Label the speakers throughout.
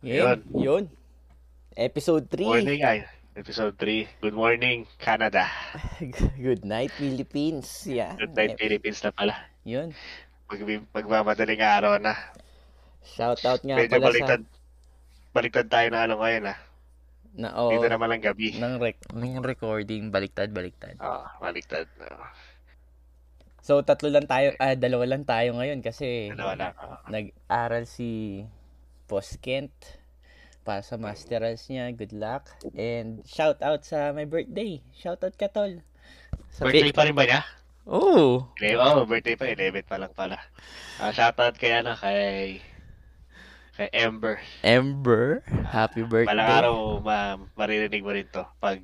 Speaker 1: Yun, yun. Episode 3.
Speaker 2: Morning, ay. Episode 3. Good morning, Canada.
Speaker 1: Good night, Philippines. Yeah.
Speaker 2: Good night, Philippines na pala.
Speaker 1: Yun.
Speaker 2: Mag magmamadaling araw na.
Speaker 1: Shout out nga
Speaker 2: Medyo
Speaker 1: pala sa...
Speaker 2: baliktad. Baliktad tayo na ano ngayon, ah.
Speaker 1: Na, oo,
Speaker 2: Dito naman ang gabi.
Speaker 1: ng rec- nung recording, baliktad, baliktad.
Speaker 2: Oo, baliktad. Oo,
Speaker 1: So, tatlo lang tayo, ah, dalawa lang tayo ngayon kasi
Speaker 2: dalawa lang. oo.
Speaker 1: nag-aral si Boss Kent para sa masterals niya. Good luck. And shout out sa my birthday. Shout out ka, tol. Sabi-
Speaker 2: Birthday pa rin ba niya?
Speaker 1: Oh,
Speaker 2: Ele- Oo, oh, birthday pa. 11 pa lang pala. Ah, shoutout kay ano, kay... Kay Ember.
Speaker 1: Ember, happy birthday.
Speaker 2: Balang araw, ma maririnig mo rin to. Pag...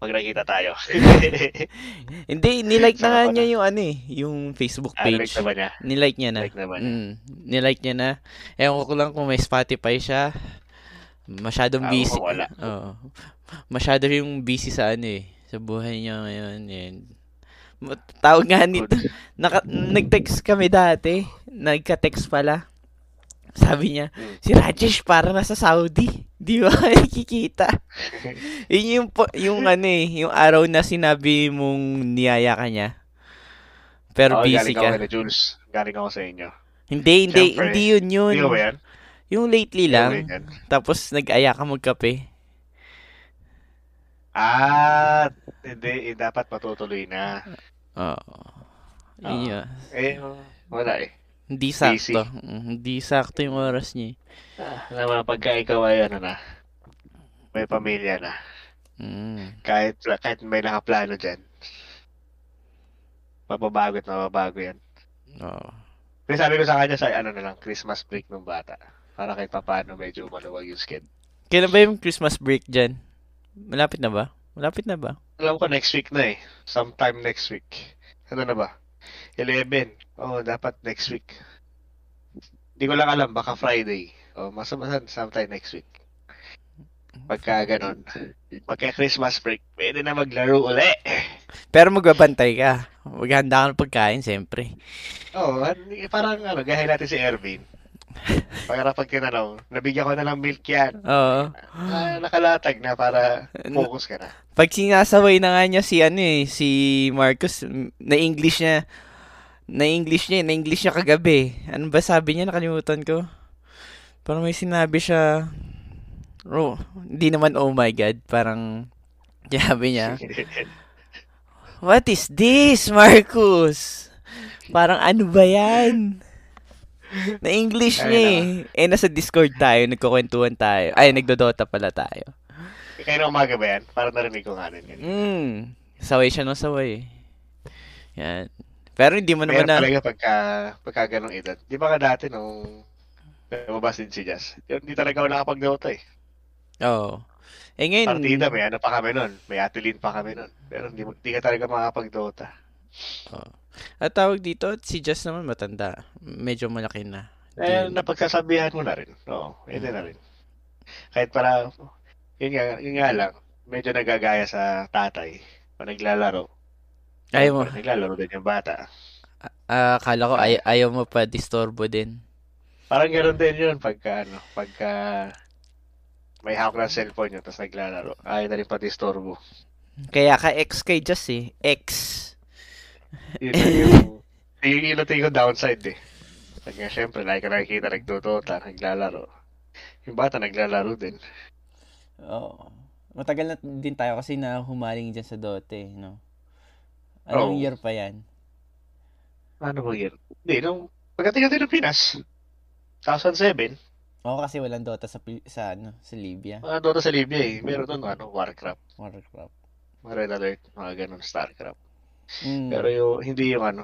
Speaker 2: Pag nakita tayo. Ah,
Speaker 1: Hindi, nilike na
Speaker 2: Sarap
Speaker 1: nga
Speaker 2: pa
Speaker 1: niya yung ano eh, yung Facebook
Speaker 2: ano like
Speaker 1: page.
Speaker 2: na ba niya?
Speaker 1: Nilike niya na.
Speaker 2: Like na ba niya?
Speaker 1: Mm, nilike niya na. Ewan ko lang kung may Spotify siya. Masyadong
Speaker 2: Ah,
Speaker 1: busy.
Speaker 2: oo, wala.
Speaker 1: Oo. Masyado yung busy sa ano eh, sa buhay niya ngayon. And, tawag nga nito. Naka, nag-text kami dati. Nagka-text pala. Sabi niya,
Speaker 2: Mm.
Speaker 1: si Rajesh para nasa Saudi. Di ba nakikita? Yun yung, po- yung ano eh, yung araw na sinabi mong niyaya ka niya. Pero
Speaker 2: Oo,
Speaker 1: busy
Speaker 2: Oh, galing ako
Speaker 1: ka.
Speaker 2: kay Jules. Galing ako sa inyo.
Speaker 1: Hindi, hindi,
Speaker 2: Siyempre.
Speaker 1: hindi yun yun.
Speaker 2: Hindi ko ba yan?
Speaker 1: Yung lately
Speaker 2: Hindi ko ba
Speaker 1: lang.
Speaker 2: yan?
Speaker 1: Tapos nag-aya ka magkape.
Speaker 2: Ah, hindi. eh, Dapat matutuloy na.
Speaker 1: Oo.
Speaker 2: Oo.
Speaker 1: Yun yun.
Speaker 2: Eh, wala eh.
Speaker 1: Hindi
Speaker 2: Busy.
Speaker 1: sakto. Mm, Hindi sakto yung oras niya. eh.
Speaker 2: Ah, Naman, pagka ikaw ay ano na, may pamilya na,
Speaker 1: Mm.
Speaker 2: kahit, kahit may nakaplano dyan, mababago at mababago yan.
Speaker 1: Oo.
Speaker 2: Pero sabi ko sa kanya sa ano na lang, Christmas break ng bata. Para kahit papano medyo maluwag yung skin.
Speaker 1: Kailan ba yung Christmas break dyan? Malapit na ba? Malapit na ba?
Speaker 2: Alam ko next week na eh. Sometime next week. Ano na ba? 11. Oo, oh, dapat next week. Hindi ko lang alam, baka Friday. O, oh, masamahan sometime next week. Pagka ganon. Pagka Christmas break, pwede na maglaro uli.
Speaker 1: Pero magbabantay ka. Maghanda ka ng pagkain, siyempre.
Speaker 2: Oo, oh, parang ano, gahay natin si Ervin. Para pag tinanong, nabigyan ko na lang milk yan.
Speaker 1: Oo.
Speaker 2: Ah, nakalatag na para focus ka na.
Speaker 1: Pag sinasaway na nga niya si ano eh, si Marcus, m- na-English niya, na-English niya, eh, na-English niya kagabi. Ano ba sabi niya? Nakalimutan ko. Parang may sinabi siya, oh, hindi naman oh my god, parang, sabi niya, what is this, Marcus? Parang ano ba yan? Na-English niya eh. Eh, nasa Discord tayo, nagkukwentuhan tayo. Ay, nagdodota pala tayo.
Speaker 2: Kaya na umaga ba yan? Para narinig ko nga rin yun.
Speaker 1: Mm. Saway siya ng saway. eh. Yan. Pero hindi mo naman
Speaker 2: Meron
Speaker 1: Ano na...
Speaker 2: talaga pagka, pagka ganong edad. Di ba ka dati nung lumabas din si Jazz? Yun, Hindi talaga ako nakapag-nota eh.
Speaker 1: Oo. Eh
Speaker 2: Partida,
Speaker 1: ngayon...
Speaker 2: may ano pa kami nun. May Atilin pa kami nun. Pero hindi, mo- hindi ka talaga makakapag-nota.
Speaker 1: At tawag dito, si Jess naman matanda. Medyo malaki na.
Speaker 2: Eh,
Speaker 1: Hindi-
Speaker 2: napagsasabihan mo na rin. Oo, pwede na rin. Kahit para, yun nga, yun nga lang, medyo nagagaya sa tatay. Pag naglalaro.
Speaker 1: Ayaw mo.
Speaker 2: Pag naglalaro din yung bata.
Speaker 1: Ah, akala ko ay, ayaw mo pa disturbo din.
Speaker 2: Parang ganoon din yun pagka, ano, pagka may hawak ng cellphone yun, tapos naglalaro. Ayaw na rin pati storbo.
Speaker 1: Kaya ka ex kay Jess eh. Ex.
Speaker 2: yun lang yung, yun yung natin yung downside eh. At nga, syempre, lagi ka nakikita nagtutota, naglalaro. Yung bata naglalaro din.
Speaker 1: Oo. Matagal na din tayo kasi na humaling dyan sa dote, no?
Speaker 2: Anong Oo.
Speaker 1: year pa yan?
Speaker 2: Ano ba yun? Hindi, nung pagdating natin ng Pinas, 2007,
Speaker 1: Oo, kasi walang dota sa, sa, ano, sa Libya.
Speaker 2: mga Dota sa Libya eh. Meron doon, ano, Warcraft,
Speaker 1: Warcraft.
Speaker 2: mga Red Alert, mga ganun, Starcraft.
Speaker 1: Mm.
Speaker 2: Pero yung, hindi yung ano,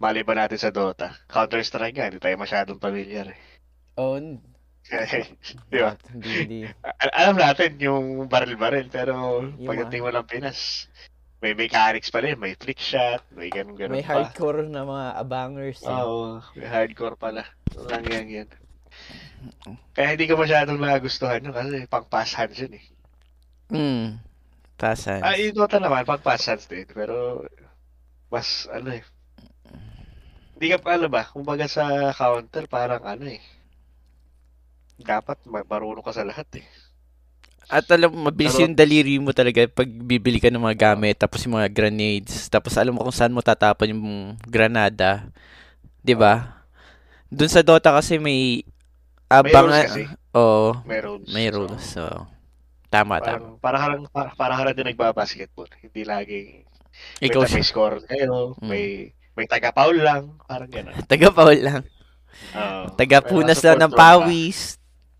Speaker 2: maliban natin sa Dota, Counter-Strike nga, hindi tayo masyadong eh. familiar eh.
Speaker 1: On.
Speaker 2: Di ba?
Speaker 1: Hindi, hindi.
Speaker 2: Al- alam natin yung baril-baril, pero
Speaker 1: Yung
Speaker 2: pagdating mo ng Pinas, may mechanics pa rin, may flick shot, may ganun-ganun
Speaker 1: May
Speaker 2: pa.
Speaker 1: hardcore na mga abangers. eh.
Speaker 2: Oo, may hardcore pala. Lang yan yan. Kaya hindi ko masyadong nagustuhan yun kasi pang-pass hands yun eh.
Speaker 1: Mm. Pasan.
Speaker 2: Ah, yung Dota naman, pang-pass hands din, pero mas ano eh. Hindi ka pa alam ba, kumbaga sa counter, parang ano eh. Dapat ma- marunong ka sa lahat eh.
Speaker 1: At alam mo, mabilis
Speaker 2: Pero-
Speaker 1: yung daliri mo talaga pag bibili ka ng mga gamit, tapos yung mga grenades, tapos alam mo kung saan mo tatapon yung granada. 'Di ba? Doon sa Dota kasi may
Speaker 2: May rules
Speaker 1: abang
Speaker 2: kasi.
Speaker 1: Oo,
Speaker 2: May rules.
Speaker 1: may
Speaker 2: So,
Speaker 1: rules. So, tama, tama.
Speaker 2: Parang, para harang para, para harang din nagbabasketball. Hindi laging may,
Speaker 1: Ikaw
Speaker 2: ta-
Speaker 1: si
Speaker 2: may score kayo,
Speaker 1: Mm.
Speaker 2: may may taga-foul lang, parang Oh, gano'n.
Speaker 1: taga-paul lang.
Speaker 2: Oo.
Speaker 1: Taga-punas
Speaker 2: May mga
Speaker 1: lang ng
Speaker 2: support role pa.
Speaker 1: pawis.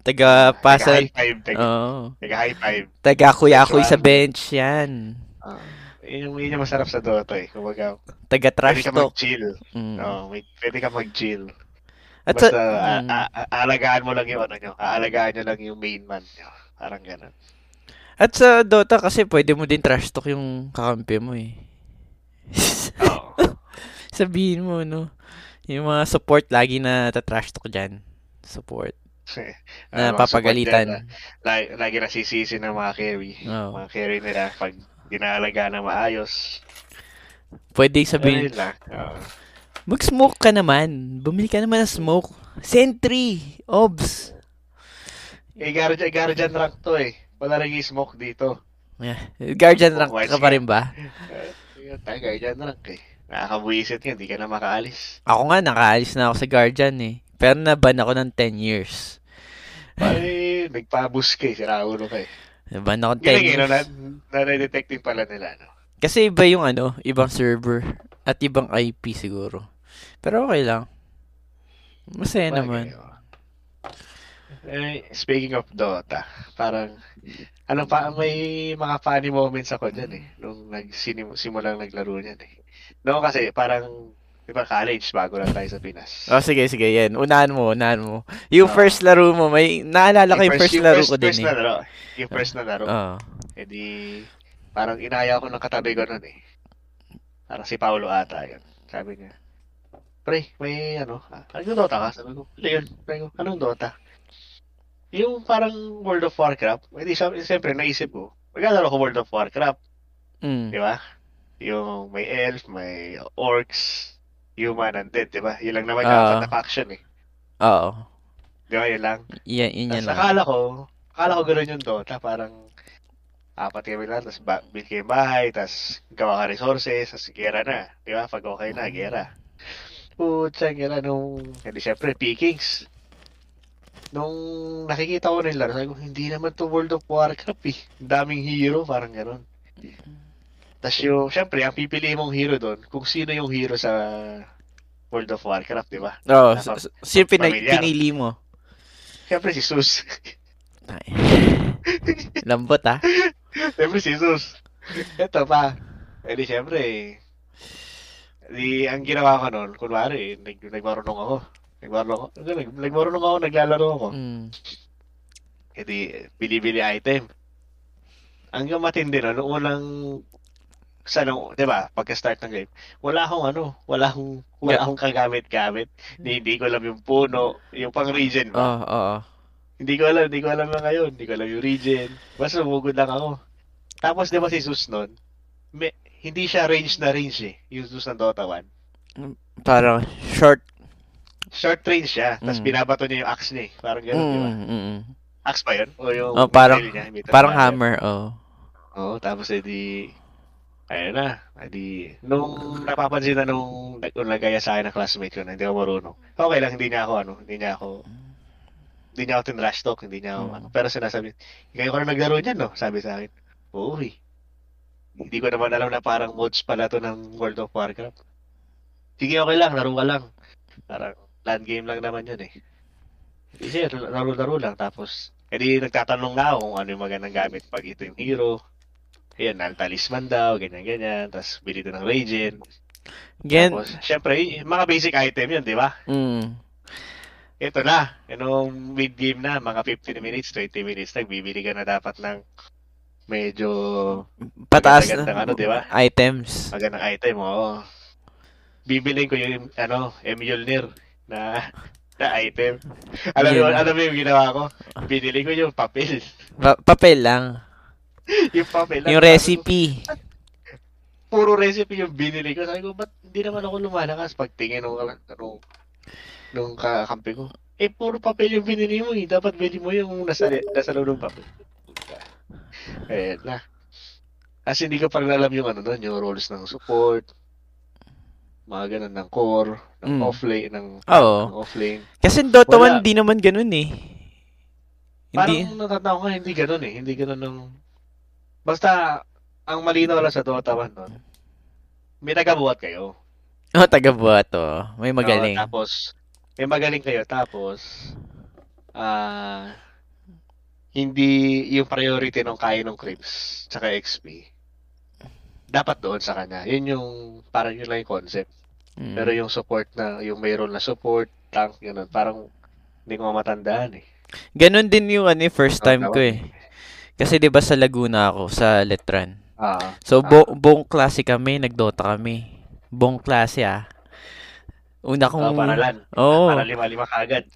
Speaker 1: Taga-pasa.
Speaker 2: Taga-high five, taga,
Speaker 1: Oo.
Speaker 2: taga-high five.
Speaker 1: Taga-kuya-kuy sa
Speaker 2: Sexual.
Speaker 1: bench. Yan.
Speaker 2: Uh, yun, yung, yun yung masarap sa Dota eh. Kumbaga, pwede
Speaker 1: Taga-trash
Speaker 2: ka
Speaker 1: talk.
Speaker 2: mag-chill.
Speaker 1: Mm.
Speaker 2: Oo, may, pwede ka mag-chill.
Speaker 1: At
Speaker 2: Basta ah,
Speaker 1: sa-
Speaker 2: a-
Speaker 1: mm.
Speaker 2: a- a- aalagaan mo lang yung ano nyo. Aalagaan nyo lang yung main man nyo. Parang gano'n.
Speaker 1: At sa Dota kasi pwede mo din trash talk yung kakampi mo eh.
Speaker 2: Oo.
Speaker 1: Sabihin mo, no? Yung mga support lagi na tatrash talk dyan. Support.
Speaker 2: Ah,
Speaker 1: Na
Speaker 2: mga support
Speaker 1: papagalitan.
Speaker 2: dyan, ah. Lagi, lagi nasisisi ng mga carry.
Speaker 1: Oo.
Speaker 2: Mga carry nila pag dinaalagaan na maayos.
Speaker 1: Pwede sabihin,
Speaker 2: Sabihin. Ayun lang. Oh. Oo.
Speaker 1: mag-smoke ka naman. Bumili ka naman ng smoke. Sentry! Obs!
Speaker 2: Eh, Guardian, Guardian rank to eh. Wala rin smoke dito.
Speaker 1: Yeah. Guardian rank
Speaker 2: Wise
Speaker 1: ka
Speaker 2: ka.
Speaker 1: pa rin ba?
Speaker 2: Uh, tayo, Guardian rank eh. Nakakabuisit ka, hindi ka na makaalis.
Speaker 1: Ako nga, nakaalis na ako sa Guardian eh. Pero naban ako ng 10 years.
Speaker 2: Ay, nagpabus ka eh. Sira ulo ka eh.
Speaker 1: Naban ako ng 10
Speaker 2: Galing eh,
Speaker 1: years.
Speaker 2: no? Na- Nare-detecting pala nila, no?
Speaker 1: Kasi iba yung ano, ibang server. At ibang IP siguro. Pero okay lang. Masaya
Speaker 2: Bagay,
Speaker 1: naman.
Speaker 2: oh. Eh, speaking of Dota, parang, ano pa, may mga funny moments ako dyan eh, nung nagsinim- simulang naglaro niyan eh. No, kasi parang, di ba college, bago lang tayo sa Pinas.
Speaker 1: Oh, sige, sige, yan. Unahan mo, unahan mo. Yung
Speaker 2: Oo.
Speaker 1: first laro mo, may... Naalala ko yung first,
Speaker 2: Ah. yung
Speaker 1: laro
Speaker 2: first-
Speaker 1: ko din
Speaker 2: first
Speaker 1: eh. Ah.
Speaker 2: na laro, yung first na laro,
Speaker 1: Oo.
Speaker 2: eh di, parang inaya ko ng katabi ko nun eh. Parang si Paolo ata, yun. Sabi niya, Pre, may ano, ah, anong Dota ka? Sabi ko, Leon, pre, anong Dota? Yung parang World of Warcraft, hindi siya, siyempre naisip ko, maglalaro ko World of Warcraft,
Speaker 1: Mm.
Speaker 2: di ba? Yung may elf, may orcs, human and dead, di ba? Yun lang naman yung
Speaker 1: Ah.
Speaker 2: apat na faction eh.
Speaker 1: Oo.
Speaker 2: Di ba, yun lang.
Speaker 1: Yan, yun yan
Speaker 2: Tapos
Speaker 1: lang.
Speaker 2: akala ko, akala ko gano'n yung Dota, parang apat kami lang, tapos ba, build kayo bahay, tapos gawa ka resources, tapos gera na. Di ba? Pag okay na, gera. Putsang gera nung, hindi syempre, pickings. Nung nakikita ko nila, sabi ko, hindi naman to World of Warcraft eh. Ang daming hero, parang gano'n. Tapos yung, syempre, ang pipili mong hero doon, kung sino yung hero sa World of Warcraft, di ba?
Speaker 1: Oo, oh,
Speaker 2: Nasa-
Speaker 1: si pinag-
Speaker 2: familiar.
Speaker 1: pinili mo.
Speaker 2: Syempre si Zeus.
Speaker 1: Ay. Lambot ah.
Speaker 2: Diba? Siyempre, si Jesus. Ito pa. Eh di siyempre, di, ang ginawa ko noon, kunwari, nag, nagmarunong ako. Nagmarunong ako, nag, nagmarunong ako, naglalaro ako.
Speaker 1: Mm.
Speaker 2: Eh di, bili-bili item. Hanggang matindi na, noong unang, sa nung, di ba, pagka-start ng game, wala akong ano, wala akong, wala
Speaker 1: Yeah.
Speaker 2: akong kagamit-gamit. Di, hindi ko alam yung puno, yung pang-regen
Speaker 1: Oo,
Speaker 2: ba?
Speaker 1: oh, oo.
Speaker 2: Hindi ko alam, hindi ko alam na ngayon. Hindi ko alam yung region. Basta bumugod lang ako. Tapos di ba si Zeus nun, may, hindi siya range na range eh. Yung Zeus ng Dota 1.
Speaker 1: Parang short.
Speaker 2: Short range siya. Tapos
Speaker 1: Mm.
Speaker 2: binabato niya yung axe niya eh. Parang gano'n, di ba?
Speaker 1: Mm, mm, mm.
Speaker 2: Axe ba yun? O yung
Speaker 1: Oh, parang-
Speaker 2: metal niya, metal
Speaker 1: Parang
Speaker 2: ba yun?
Speaker 1: hammer, oo.
Speaker 2: Oo, tapos edi, ayun na, edi, nung napapansin na nung, nung nagaya sa akin ng classmate ko na hindi ako marunong, okay lang, hindi niya ako, ano, hindi niya ako, hindi niya ako tinrash talk, hindi niya ako,
Speaker 1: Mm.
Speaker 2: ano, pero sinasabi, kayo ko na naglaro niyan, no, sabi sa akin, oo, eh. hindi ko naman alam na parang modes pala to ng World of Warcraft. Sige, okay lang, laro ka lang. Parang land game lang naman yun eh. Hindi siya, laro-laro lang. Tapos, edi nagtatanong na ako kung ano yung magandang gamit pag ito yung hero. Ayan, ang talisman daw, ganyan-ganyan. Tapos, bili doon ng Regen.
Speaker 1: Gen,
Speaker 2: Tapos, syempre, y- mga basic item yun, di ba?
Speaker 1: mm.
Speaker 2: Ito na, anong mid-game na, mga 15 minutes, 20 minutes, nagbibili ka na dapat ng medyo
Speaker 1: Pataas
Speaker 2: Maganda-ganda
Speaker 1: na
Speaker 2: ano, di ba?
Speaker 1: items.
Speaker 2: magandang item, oo. Bibiliin ko yung, ano, Emulnir na, na item. Alam mo,
Speaker 1: Yeah.
Speaker 2: alam mo yung ginawa ko? Binili ko yung papel.
Speaker 1: Pa- papel lang.
Speaker 2: yung papel. lang.
Speaker 1: Yung recipe.
Speaker 2: puro recipe yung binili ko. Sabi ko, ba't hindi naman ako lumalakas pag tingin nung, nung, nung kakampi ko? Eh, puro papel yung binili mo eh. Dapat bili mo yung nasa, nasa loob ng papel. Puta. Eh, na. Kasi hindi ka pa rin alam yung ano doon, yung roles ng support, mga ganun, ng core, ng
Speaker 1: Mm.
Speaker 2: offlane, ng, ng
Speaker 1: Oo.
Speaker 2: offlane.
Speaker 1: Kasi in Dota
Speaker 2: Wala.
Speaker 1: 1, di naman ganun eh. Hindi.
Speaker 2: Parang natatao ko, hindi ganun eh. Hindi ganun ng... Basta, ang malinaw lang sa Dota 1 nun, may nagabuhat kayo.
Speaker 1: Oh, taga Buato. May magaling.
Speaker 2: Oo, tapos, may magaling kayo. Tapos, ah hindi yung priority ng kaya ng creeps tsaka XP. Dapat doon sa kanya. Yun yung, parang yun lang yung concept.
Speaker 1: Mm.
Speaker 2: Pero yung support na, yung mayroon na support, tank, ganun. Parang, hindi ko matandaan eh.
Speaker 1: Ganun din yung ano, eh, first
Speaker 2: Oo,
Speaker 1: time
Speaker 2: tama.
Speaker 1: ko eh. Kasi 'di ba sa Laguna ako, sa Letran.
Speaker 2: Ah,
Speaker 1: So bu- buong klase kami, nagdota kami. Buong klase ah. Una kong
Speaker 2: ah, paralan.
Speaker 1: Oo.
Speaker 2: Para lima-lima kaagad.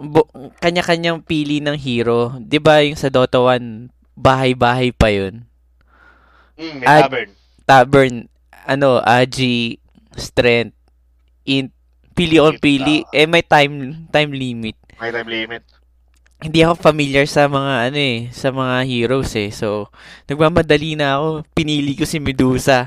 Speaker 1: Bu- kanya-kanyang pili ng hero. 'Di ba yung sa Dota 1, bahay-bahay pa 'yun.
Speaker 2: Mm, may
Speaker 1: At-
Speaker 2: tavern.
Speaker 1: Tavern, ano, agi, strength, int, pili on
Speaker 2: Int,
Speaker 1: pili. Eh may time time limit.
Speaker 2: May time limit.
Speaker 1: Hindi ako familiar sa mga ano eh, sa mga heroes eh. So, nagmamadali na ako. Pinili ko si Medusa.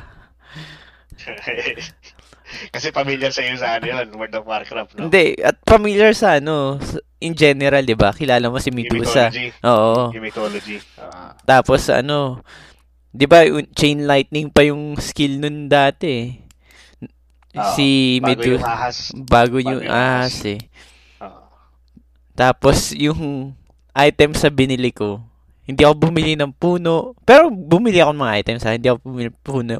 Speaker 2: Kasi familiar sa iyo sa ano yun, World of Warcraft, no?
Speaker 1: Hindi, at familiar sa ano, sa- in general, 'di ba? Kilala mo si
Speaker 2: Yung
Speaker 1: Medusa.
Speaker 2: mythology.
Speaker 1: Oo.
Speaker 2: Yung mythology. Ah,
Speaker 1: Tapos ano, 'di ba un- chain lightning pa yung skill nun dati. eh.
Speaker 2: Oo,
Speaker 1: si
Speaker 2: Ah, bago yung
Speaker 1: Medusa
Speaker 2: ahas.
Speaker 1: bago yung
Speaker 2: bago yung ahas.
Speaker 1: ahas eh.
Speaker 2: Ah.
Speaker 1: Tapos yung item sa binili ko, hindi ako bumili ng puno. Pero bumili ako ng mga items ha, hindi ako bumili ng puno.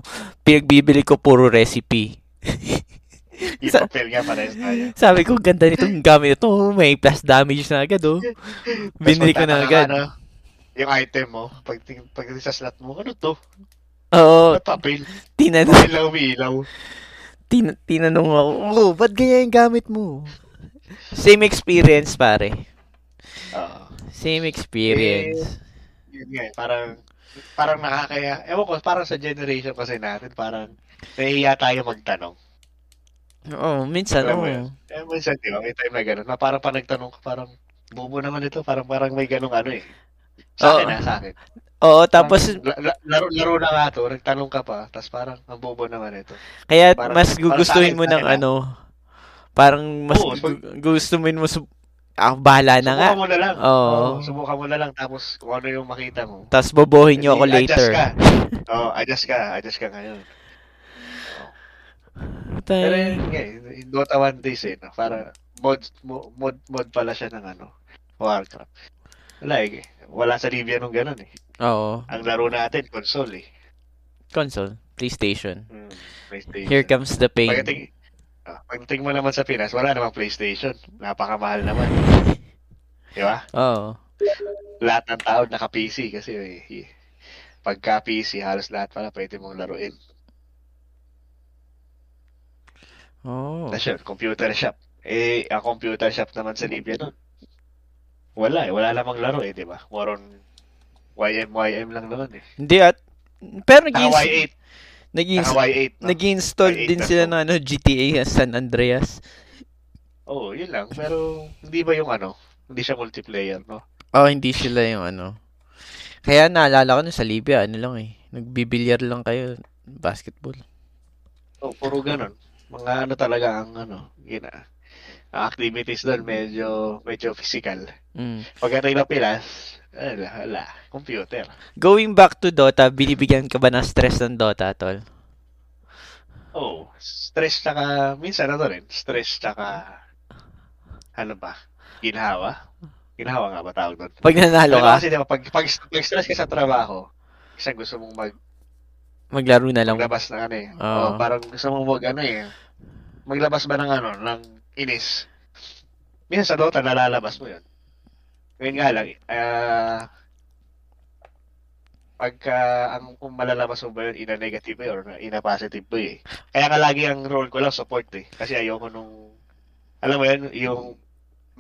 Speaker 1: Pinagbibili ko puro recipe.
Speaker 2: yung
Speaker 1: Sa-
Speaker 2: papel nga parehas tayo.
Speaker 1: Sabi ko, ganda nitong gamit ito. May plus damage na agad oh.
Speaker 2: Tapos oh.
Speaker 1: Binili ko na
Speaker 2: magtataka
Speaker 1: agad.
Speaker 2: ka, no? Yung item mo, pag, ting- pag sa slot mo, ano to?
Speaker 1: Oo,
Speaker 2: Ba't papel?
Speaker 1: tinanong
Speaker 2: Papel lang umiilaw.
Speaker 1: tin- tinanong ako, oh, ba't ganyan yung gamit mo? Same experience, pare.
Speaker 2: Ah.
Speaker 1: Same experience.
Speaker 2: yun nga, eh, parang parang nakakaya. Ewan ko, parang sa generation kasi natin, parang nahihiya tayo magtanong.
Speaker 1: Oo, minsan,
Speaker 2: Eh. Alam
Speaker 1: oo.
Speaker 2: mo yun. Eh, minsan, di ba, may time na gano'n. Na parang pa nagtanong ka, parang bobo naman ito. Parang parang may gano'ng ano eh. Sa akin
Speaker 1: Oo.
Speaker 2: na, sa akin.
Speaker 1: Oo, tapos,
Speaker 2: Parang la- la- laro, laro na nga to, nagtanong ka pa, tapos parang ang bobo naman ito.
Speaker 1: kaya
Speaker 2: parang-
Speaker 1: mas
Speaker 2: parang
Speaker 1: gugustuhin
Speaker 2: sa akin-
Speaker 1: mo
Speaker 2: sa
Speaker 1: ng
Speaker 2: akin, ah.
Speaker 1: ano, parang mas
Speaker 2: Oo, so-
Speaker 1: gu- gustuhin mo, sub- ah, bahala na nga.
Speaker 2: Subukan mo na lang.
Speaker 1: Oo.
Speaker 2: subukan mo na lang, tapos kung ano yung makita mo.
Speaker 1: Tapos bobohin nyo ako
Speaker 2: Hindi,
Speaker 1: later. Eh.
Speaker 2: Adjust ka. Oo, adjust ka. Adjust ka ngayon.
Speaker 1: Tay.
Speaker 2: Pero yun nga, eh, in Dota 1 days eh, no? para mod, mo- mod, mod pala siya ng ano, Warcraft. Wala eh, wala sa Libya nung ganun eh.
Speaker 1: Oo,
Speaker 2: Ang laro natin, console eh.
Speaker 1: console, PlayStation.
Speaker 2: Mm, PlayStation.
Speaker 1: Here comes the pain.
Speaker 2: Pagdating, ah, pagdating mo naman sa Pinas, wala namang PlayStation. Napakamahal naman. Di ba?
Speaker 1: Oo.
Speaker 2: Lahat ng tao naka-PC kasi eh, eh, pagka PC, halos lahat pala pwede mong laruin.
Speaker 1: Oo.
Speaker 2: Tapos yun, computer shop. Eh, ang computer shop naman sa Libya nun. Wala eh. Wala namang laro eh, di ba? More on YM, YM lang naman eh.
Speaker 1: Hindi at, pero
Speaker 2: Naka
Speaker 1: nag-ins-
Speaker 2: Y8. Naka
Speaker 1: nag-ins-
Speaker 2: Y8. No?
Speaker 1: Nag-install
Speaker 2: Ay, eight
Speaker 1: din
Speaker 2: na
Speaker 1: sila
Speaker 2: to.
Speaker 1: ng ano, GTA San Andreas.
Speaker 2: Oo, oh, yun lang. Pero, hindi ba yung ano? Hindi siya multiplayer, no?
Speaker 1: Oh, hindi sila yung ano. Kaya naalala ko nun sa Libya, ano lang eh. Nagbibilyar lang kayo, basketball.
Speaker 2: Oo, Oh, puro ganun. Mga ano talaga ang ano, gina. Ang activities doon medyo medyo physical.
Speaker 1: Mm.
Speaker 2: Pagdating ng Pilas, ala, ala, computer.
Speaker 1: Going back to Dota, binibigyan ka ba ng stress ng Dota, tol?
Speaker 2: Oh, stress tsaka minsan ano rin, stress tsaka ano ba? Ginhawa? Ginhawa nga ba tawag doon?
Speaker 1: Pag nanalo
Speaker 2: Alam mo
Speaker 1: ka,
Speaker 2: kasi diba, pag, pag, pag stress ka sa trabaho, isang gusto mong mag,
Speaker 1: maglaro na lang.
Speaker 2: maglabas ng ano eh.
Speaker 1: Oo.
Speaker 2: Oh, parang gusto mong mag ano eh. Maglabas ba ng ano, ng inis. Minsan sa Dota, nalalabas mo yun. Ngayon nga lang, ah, pagka ang kung malalabas mo ba yun, ina negative ba yun or ina positive ba yun eh. Kaya nga lagi ang role ko lang support eh. Kasi ayoko nung, alam mo yun, yung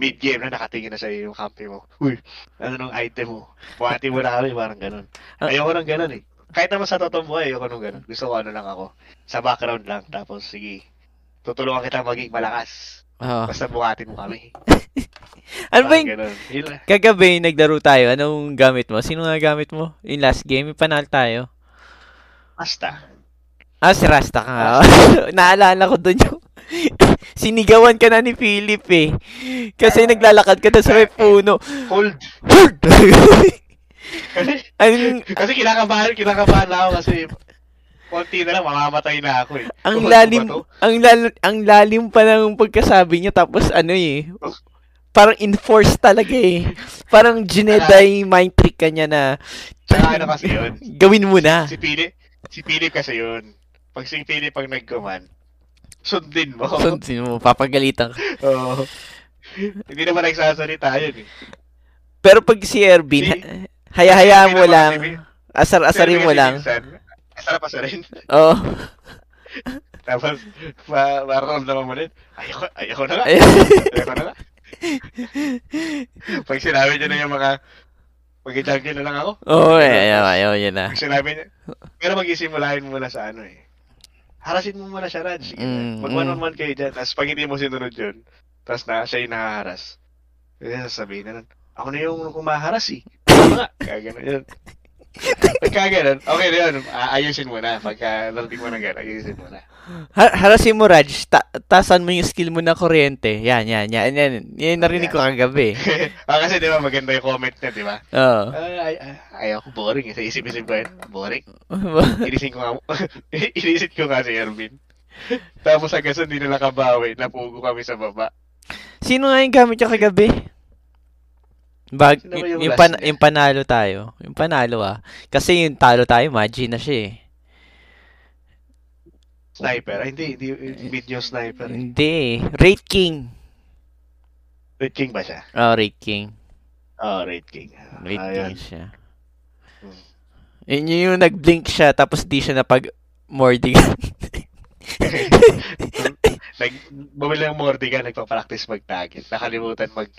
Speaker 2: mid-game na nakatingin na sa yung kampi mo. Uy, ano nung item mo? Buhati mo na kami, parang ganun. Ayoko nang ganun eh. Kahit naman sa totoong buhay, ayoko nung ganun. Gusto ko ano lang ako. Sa background lang, tapos sige. Tutulungan kita maging malakas.
Speaker 1: Oo.
Speaker 2: Basta bukatin mo kami.
Speaker 1: Ano ba
Speaker 2: Parang
Speaker 1: yung
Speaker 2: ganun. Yun lang.
Speaker 1: kagabi yung naglaro tayo? Anong gamit mo? Sino nga gamit mo? Yung last game, yung panal tayo.
Speaker 2: Basta.
Speaker 1: Ah, si Rasta ka nga. Naalala ko dun yung... Sinigawan ka na ni Philip eh. Kasi naglalakad ka na sa may puno.
Speaker 2: Hold. Kasi,
Speaker 1: ang,
Speaker 2: kasi kinakabahan, kinakabahan na ako kasi konti na lang, mamamatay na ako eh.
Speaker 1: ang
Speaker 2: Hold ba
Speaker 1: lalim,
Speaker 2: to?
Speaker 1: ang, lal, ang lalim pa ng pagkasabi niya tapos ano eh. Parang enforced talaga eh. Parang Jineday mind trick ka niya na
Speaker 2: Tsaka Ah. ano kasi yun,
Speaker 1: gawin mo na.
Speaker 2: si Philip, si Philip kasi yun. Pag si Philip ang nagkuman, sundin mo.
Speaker 1: Sundin mo, papagalitan ka.
Speaker 2: Oo. Hindi naman nagsasalita yun eh.
Speaker 1: Pero pag si Ervin,
Speaker 2: Si-
Speaker 1: ha- haya-hayaan mo
Speaker 2: Hindi naman
Speaker 1: lang.
Speaker 2: kasi-
Speaker 1: Asar-asarin
Speaker 2: Siyempre
Speaker 1: mo
Speaker 2: kasi
Speaker 1: lang. Oh.
Speaker 2: minsan, Asar pa sa rin.
Speaker 1: Oo.
Speaker 2: Tapos, ma mararamdaman mo rin, ayoko, ayoko na nga. Ayoko na nga. Pag sinabi niya na yung mga, mag-jungle na lang ako.
Speaker 1: Oo, eh, ayaw, ayaw, yun na.
Speaker 2: Pag sinabi niya, pero mag-isimulahin muna sa ano eh. Harasin mo muna siya, Raj. Sige na.
Speaker 1: Mm,
Speaker 2: Mag
Speaker 1: mm.
Speaker 2: one-on-one kayo dyan. Tapos pag hindi mo sinunod yun, tapos na, siya yung nakaharas. Kaya sasabihin na nun, ako na yung kumaharas eh. Ako nga. Kaya ganun yun. Pagka ganun, okay na yun. Aayusin mo na. Pagka narating mo na ganun, ayusin mo na.
Speaker 1: Ha- harasin mo, Raj. Ta- tasan mo yung skill mo na kuryente. Yan, yan, yan. Yan, yan yung narinig ko kagabi.
Speaker 2: ah, kasi di ba maganda yung comment niya, di ba?
Speaker 1: Oo.
Speaker 2: Ah, Ay, ay, ay, ayoko, boring. eh. Sa isip-isip ko yun, boring.
Speaker 1: Oh.
Speaker 2: Inisin ko nga, inisin ko nga si Erwin. Tapos hanggang sa hindi na nakabawi, napugo kami sa baba.
Speaker 1: Sino nga yung gamit niya kagabi? Bag,
Speaker 2: Sino ba
Speaker 1: yung,
Speaker 2: yung
Speaker 1: yung,
Speaker 2: last
Speaker 1: pan-
Speaker 2: niya?
Speaker 1: yung panalo tayo. Yung panalo ah. Kasi yung talo tayo, Maji na siya eh.
Speaker 2: Sniper. Ay, hindi, hindi, mid yung sniper. eh.
Speaker 1: Hindi eh. Raid King.
Speaker 2: Red King ba siya?
Speaker 1: Oh, Raid King.
Speaker 2: Oo, oh, Red King.
Speaker 1: Raid
Speaker 2: Ayun.
Speaker 1: King siya.
Speaker 2: Hmm.
Speaker 1: Mm. Yun yung, yung nag-blink siya tapos di siya napag mordig.
Speaker 2: Nag, bumili ng Mordigan, nagpa-practice mag-tagin. Nakalimutan mag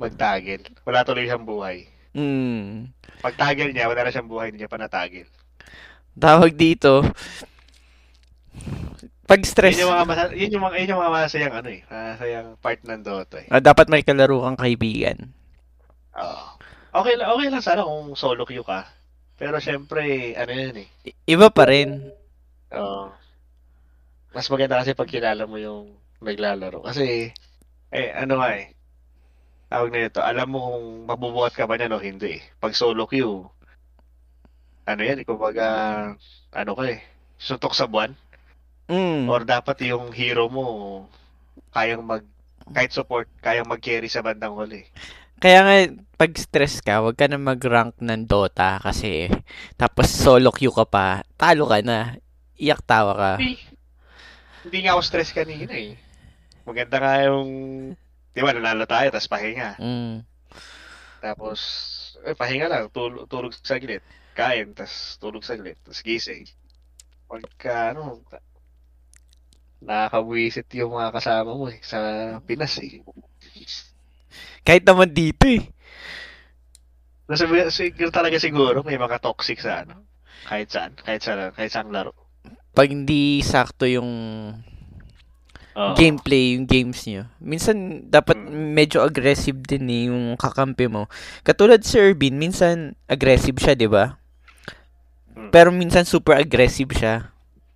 Speaker 2: mag-tagin. Wala tuloy siyang buhay.
Speaker 1: mm.
Speaker 2: Pag-tagin niya, wala na siyang buhay, hindi niya pa natagin.
Speaker 1: Tawag dito. Pag stress.
Speaker 2: Yun yung mga, masa- yun yung mga, yun yung mga masayang ano eh, masayang part ng Dota eh.
Speaker 1: Ah, dapat may kalaro kang kaibigan.
Speaker 2: Oo. Ah. Okay, lang- okay lang sana kung solo queue ka. Pero syempre, ano yun eh.
Speaker 1: I- Iba pa rin.
Speaker 2: Oo. Mas maganda kasi pag kilala mo yung naglalaro. Kasi, eh, ano nga eh. Tawag na ito, alam mo kung mabubuhat ka ba niyan o hindi. eh. Pag solo queue, ano yan, eh, kumbaga, ano ka eh, sutok sa buwan.
Speaker 1: Mm.
Speaker 2: Or dapat yung hero mo, kayang mag, kahit support, kayang mag-carry sa bandang huli.
Speaker 1: Kaya nga, pag stress ka, huwag ka na mag-rank ng Dota kasi tapos solo queue ka pa, talo ka na. Iyak tawa ka.
Speaker 2: Hindi. Hindi nga ako stress kanina eh. Maganda nga yung... Di ba, nanalo tayo, tapos pahinga.
Speaker 1: Mm.
Speaker 2: Tapos, eh, pahinga lang, tulog, tulog saglit. Kain, tapos tulog saglit, tapos gising. Pagka, ano, nakakawisit yung mga kasama mo eh, sa Pinas eh.
Speaker 1: Kahit naman dito eh.
Speaker 2: Nasa, siguro talaga siguro, may mga toxic sa ano. Kahit saan, kahit saan, kahit saan laro.
Speaker 1: Pag hindi sakto yung
Speaker 2: Oo.
Speaker 1: gameplay, yung games nyo. Minsan, dapat
Speaker 2: Mm.
Speaker 1: medyo aggressive din eh, yung kakampi mo. Katulad si Irvin, minsan aggressive siya, di ba?
Speaker 2: Mm.
Speaker 1: Pero minsan super aggressive siya.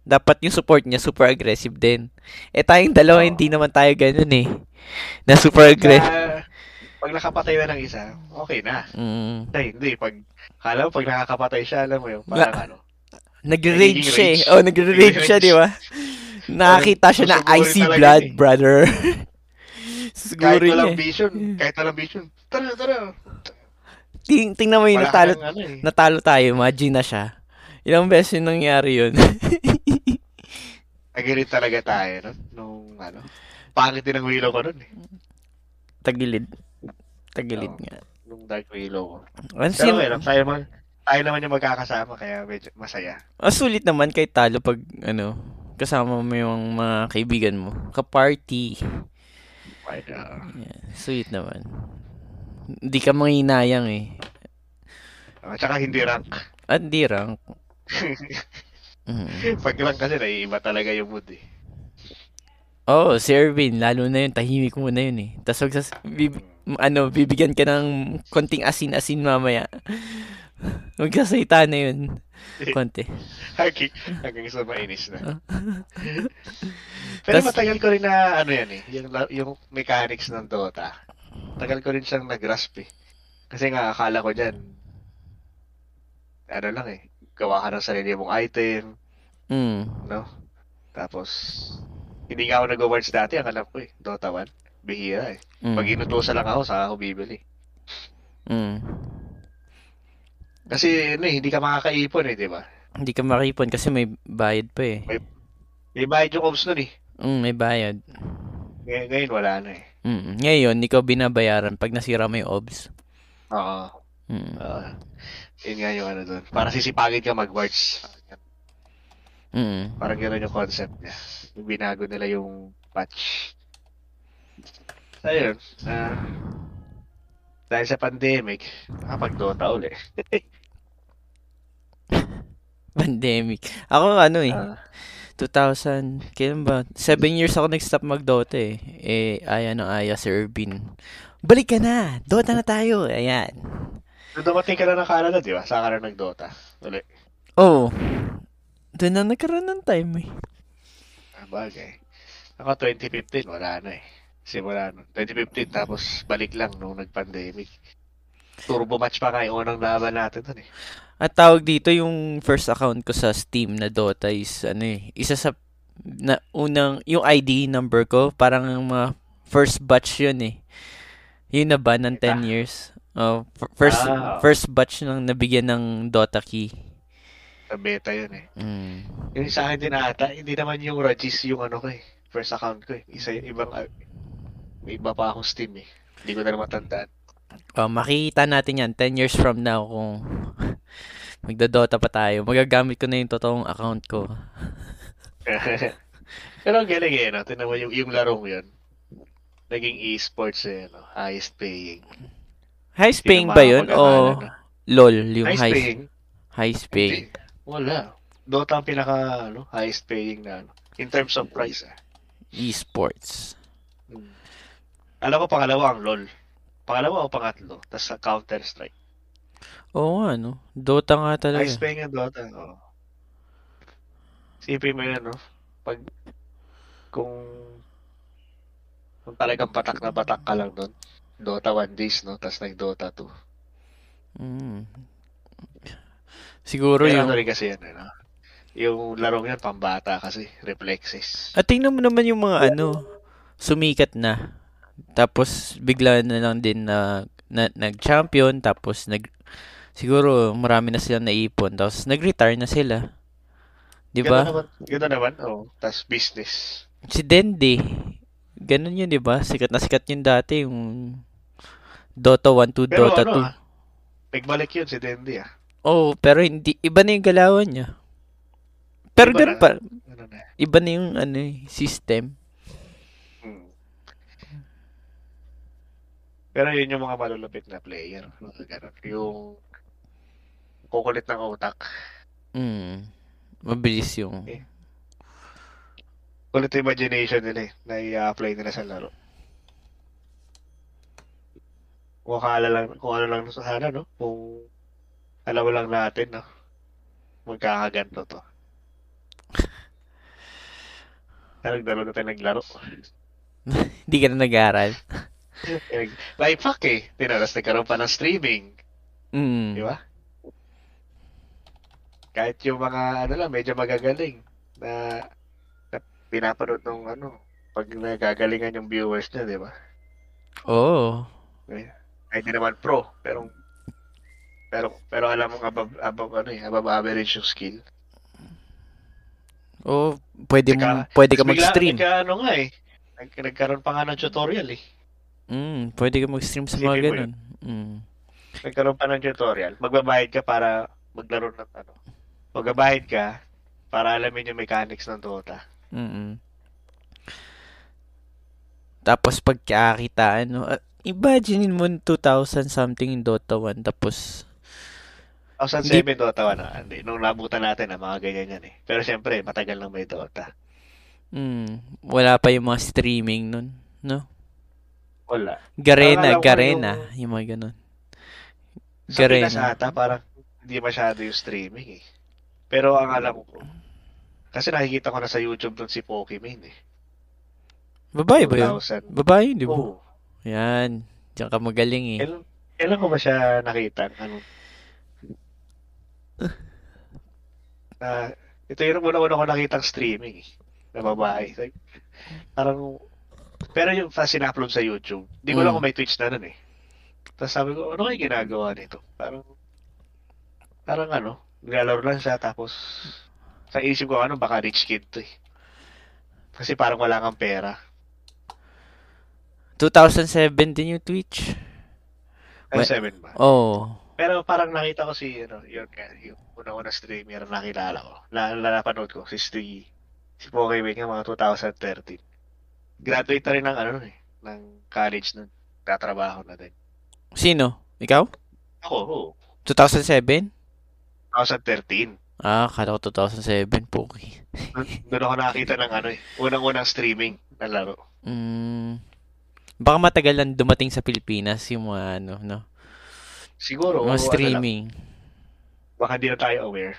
Speaker 1: Dapat yung support niya super aggressive din. Eh tayong dalawa,
Speaker 2: Oo.
Speaker 1: hindi naman tayo ganun eh. Na super aggressive.
Speaker 2: Kaya, pag nakapatay na ng isa, okay na.
Speaker 1: Mm.
Speaker 2: Ay, hindi. Pag, alam mo, pag nakakapatay siya, alam mo yun, parang ano.
Speaker 1: Nag-rage
Speaker 2: Nagiging
Speaker 1: siya eh.
Speaker 2: rage.
Speaker 1: Oh, nag-rage siya, di ba? Nakakita siya na
Speaker 2: Susugurin
Speaker 1: icy
Speaker 2: talaga
Speaker 1: blood,
Speaker 2: yun eh.
Speaker 1: brother.
Speaker 2: Kahit
Speaker 1: Siguro
Speaker 2: walang
Speaker 1: niya. eh.
Speaker 2: vision, kahit walang vision, tara, tara.
Speaker 1: Ting tingnan mo yung
Speaker 2: Wala
Speaker 1: natalo,
Speaker 2: kang ano eh.
Speaker 1: natalo tayo. Imagine na siya. Ilang beses yung nangyari yun.
Speaker 2: Nagalit talaga tayo, no? Nung, ano, pangit din ang willow ko nun eh.
Speaker 1: Tagilid. Tagilid
Speaker 2: Oo.
Speaker 1: nga.
Speaker 2: Nung dark willow ko.
Speaker 1: Ang
Speaker 2: Pero
Speaker 1: sin-
Speaker 2: okay lang, tayo, man, tayo naman yung magkakasama, kaya medyo masaya.
Speaker 1: ang sulit naman kay talo pag ano, kasama mo yung mga kaibigan mo. Ka-party.
Speaker 2: Right, uh,
Speaker 1: Sulit naman. Hindi ka manginayang eh.
Speaker 2: uh, tsaka hindi rank.
Speaker 1: At di rank. Mm-hmm. Mm.
Speaker 2: Pag rank kasi, naiiba talaga yung mood eh.
Speaker 1: Oo, si Erwin, lalo na yun, tahimik mo na yun eh. Tapos wag sas- bib- ano, bibigyan ka ng konting asin-asin mamaya. Magkasalita na yun. Konti.
Speaker 2: Hanggang, hanggang sa mainis na.
Speaker 1: Ah.
Speaker 2: Pero
Speaker 1: Tas-
Speaker 2: matagal ko rin na ano yan eh, yung, la- yung mechanics ng Dota. Tagal ko rin siyang nagrasp eh. Kasi nga akala ko dyan, ano lang eh, gawa ka ng sarili mong item,
Speaker 1: Mm.
Speaker 2: no? Tapos, hindi nga ako nag-awards dati, ang alam ko eh, Dota 1. Bihira eh.
Speaker 1: Mm.
Speaker 2: Pag inutusan lang ako, saka ako bibili.
Speaker 1: mm.
Speaker 2: Kasi ano eh, hindi ka makakaipon eh, di ba?
Speaker 1: Hindi ka maripon kasi may bayad pa eh.
Speaker 2: May bayad yung obs nun eh.
Speaker 1: Mm, may bayad.
Speaker 2: Ngay- Ngayon, wala na eh.
Speaker 1: Mm. Ngayon, ikaw binabayaran pag nasira mo yung obs.
Speaker 2: Oo.
Speaker 1: Mm.
Speaker 2: Oo. yun nga yung ano doon. Para sisipagin ka mag-wards.
Speaker 1: Mm.
Speaker 2: Parang gano'n yung concept niya. Yung binago nila yung patch. So, yun. ah, dahil sa pandemic, nakapag-Dota uli.
Speaker 1: Pandemic. Ako ano eh,
Speaker 2: Ah,
Speaker 1: 2000, kailan ba? 7 years ako nag-stop mag-Dota eh. Eh, aya ng aya si Irvin. Balik ka na! Dota na tayo! Ayan.
Speaker 2: so, dumating ka na ng Canada, di ba? Saan ka na nag-Dota? Uli.
Speaker 1: Oh, doon na nagkaroon ng time eh.
Speaker 2: Ah, Bagay. Ako 2015, wala na eh. Simula nun. 2015, tapos balik lang nung nag-pandemic. Turbo match pa nga yung unang laban natin dun eh.
Speaker 1: At tawag dito yung first account ko sa Steam na Dota is ano eh, isa sa na unang yung ID number ko parang ang mga first batch yun eh. Yun na ba ng 10 years? Oh, f- first
Speaker 2: Ah.
Speaker 1: first batch ng nabigyan ng Dota key.
Speaker 2: Sa beta yun eh.
Speaker 1: Mm.
Speaker 2: Yung sa akin din ata, hindi naman yung Regis yung ano ko eh. First account ko eh. Isa yung ibang, may iba pa akong Steam eh. Hindi ko na naman tandaan.
Speaker 1: Oh, makita natin yan 10 years from now kung magdodota pa tayo. Magagamit ko na yung totoong account ko.
Speaker 2: Pero ang galing eh, no? Tinan mo yung, yung larong yun. Naging esports eh, no? Highest paying.
Speaker 1: Highest
Speaker 2: Sino
Speaker 1: paying ba yun? O
Speaker 2: makakapag-aralan, no?
Speaker 1: LOL yung
Speaker 2: Highest
Speaker 1: highest,
Speaker 2: paying?
Speaker 1: highest paying?
Speaker 2: Hindi. Wala. Dota ang pinaka, ano, highest paying na, ano. In terms of price ah.
Speaker 1: Esports.
Speaker 2: Hmm. Alam ko pangalawa ang LOL. Pangalawa o pangatlo. Tapos sa Counter-Strike.
Speaker 1: Oo nga, no? Dota nga
Speaker 2: Ice
Speaker 1: talaga.
Speaker 2: Spring and Dota, oo. Sipin mo yun, no? Pag, kung, kung talagang batak na batak ka lang doon, Dota 1 days, no? Tapos nag-Dota 2.
Speaker 1: Mm. Siguro
Speaker 2: Pero
Speaker 1: yung...
Speaker 2: ano rin kasi yan, ano? Yung larong yan, pambata kasi, reflexes.
Speaker 1: At tingnan mo naman yung mga ano, sumikat na. Tapos bigla na lang din na, na nag-champion, tapos nag... Siguro marami na silang naipon, tapos nag-retire na sila. Di
Speaker 2: Gano'n
Speaker 1: ba?
Speaker 2: naman, gano'n naman, oo. Tapos business.
Speaker 1: Si Dende, ganun yun, di ba? Sikat na sikat yun dati, yung Dota 1 to
Speaker 2: Pero
Speaker 1: Dota 2.
Speaker 2: ano, ah, nagbalik yun si Dendi, ah.
Speaker 1: Oh, pero hindi iba na yung galawan niya. Pero
Speaker 2: Iba
Speaker 1: ganun
Speaker 2: na.
Speaker 1: pa,
Speaker 2: Ano na.
Speaker 1: iba na yung ano eh, system.
Speaker 2: Hmm. Pero yun yung mga malulupit na player. Mga ganun. Yung kukulit ng utak.
Speaker 1: Mm. Mabilis yung.
Speaker 2: Eh. Kulit yung imagination nila eh. Na i-apply nila sa laro. Kung akala lang, kung ano lang sa sana, no? Kung alam mo lang natin, no? Magkakaganto to. Parang dalawa na tayo naglaro.
Speaker 1: Hindi ka na nag-aral.
Speaker 2: Like, fuck eh. Tinaras nagkaroon pa ng streaming.
Speaker 1: Mm.
Speaker 2: Di ba? Kahit yung mga ano lang, medyo magagaling na, na pinapanood nung ano, pag nagagalingan yung viewers niya, di ba?
Speaker 1: Oo.
Speaker 2: Kahit di naman pro, pero pero pero alam mong above, above ano eh, above average yung skill.
Speaker 1: Oh. Oh, pwede mo
Speaker 2: Tsaka,
Speaker 1: pwede ka
Speaker 2: Tapos bigla-
Speaker 1: mag-stream.
Speaker 2: Nagka, ano nga eh, nag, nagkaroon pa nga ng tutorial eh.
Speaker 1: Mm, pwede ka mag-stream sa
Speaker 2: Isipin
Speaker 1: mga
Speaker 2: mo
Speaker 1: ganun. Mm.
Speaker 2: Nagkaroon pa ng tutorial. Magbabayad ka para maglaro ng ano. Magbabayad ka para alamin yung mechanics ng Dota.
Speaker 1: Mm. Tapos pagkakita ano, ah, imagine mo 2000 something in Dota 1 tapos
Speaker 2: 2007 ah. Dota wala. Hindi, nung nabutan natin, ang mga ganyan yan eh. Pero siyempre, matagal lang may Dota.
Speaker 1: Hmm. Wala pa yung mga streaming nun. No?
Speaker 2: Wala.
Speaker 1: Garena,
Speaker 2: Akala ko
Speaker 1: Garena. Yung mga ganun.
Speaker 2: Sa Pinas
Speaker 1: Garena.
Speaker 2: ata, parang hindi masyado yung streaming eh. Pero ang alam ko, kasi nakikita ko na sa YouTube dun si Pokemon eh.
Speaker 1: Babae ba yun?
Speaker 2: 2000.
Speaker 1: Babae yun, di ba?
Speaker 2: Oo.
Speaker 1: Yan. Diyan ka magaling eh.
Speaker 2: Kailan, kailan ko ba siya nakita? Ano? Ah, ito yung una-una ko nakitang streaming eh, na babae. Like, parang, pero yung fast in-upload sa YouTube, hindi ko
Speaker 1: Mm.
Speaker 2: lang kung may Twitch na nun eh. Tapos sabi ko, ano kayo ginagawa nito? Parang, parang ano, naglalaro lang siya tapos, sa isip ko, ano, baka rich kid to eh. Kasi parang wala kang pera.
Speaker 1: 2007 din yung Twitch.
Speaker 2: Ano,
Speaker 1: Wait.
Speaker 2: seven ba?
Speaker 1: Oh.
Speaker 2: Pero parang nakita ko si, ano, yun nga, yung unang-unang streamer na nakilala ko, na, na napanood ko, si Steve, si Pokemon nga mga 2013. Graduate na rin ng, ano, eh, ng college nun. Tatrabaho na din.
Speaker 1: Sino? Ikaw?
Speaker 2: Ako, oo.
Speaker 1: 2007?
Speaker 2: 2013.
Speaker 1: Ah, kala ko 2007, Poki.
Speaker 2: Doon- Doon ako nakakita ng, ano, eh, unang-unang streaming na laro.
Speaker 1: Mm. Baka matagal lang dumating sa Pilipinas yung mga ano, no?
Speaker 2: Siguro,
Speaker 1: mga
Speaker 2: ano lang,
Speaker 1: streaming.
Speaker 2: baka di na tayo aware.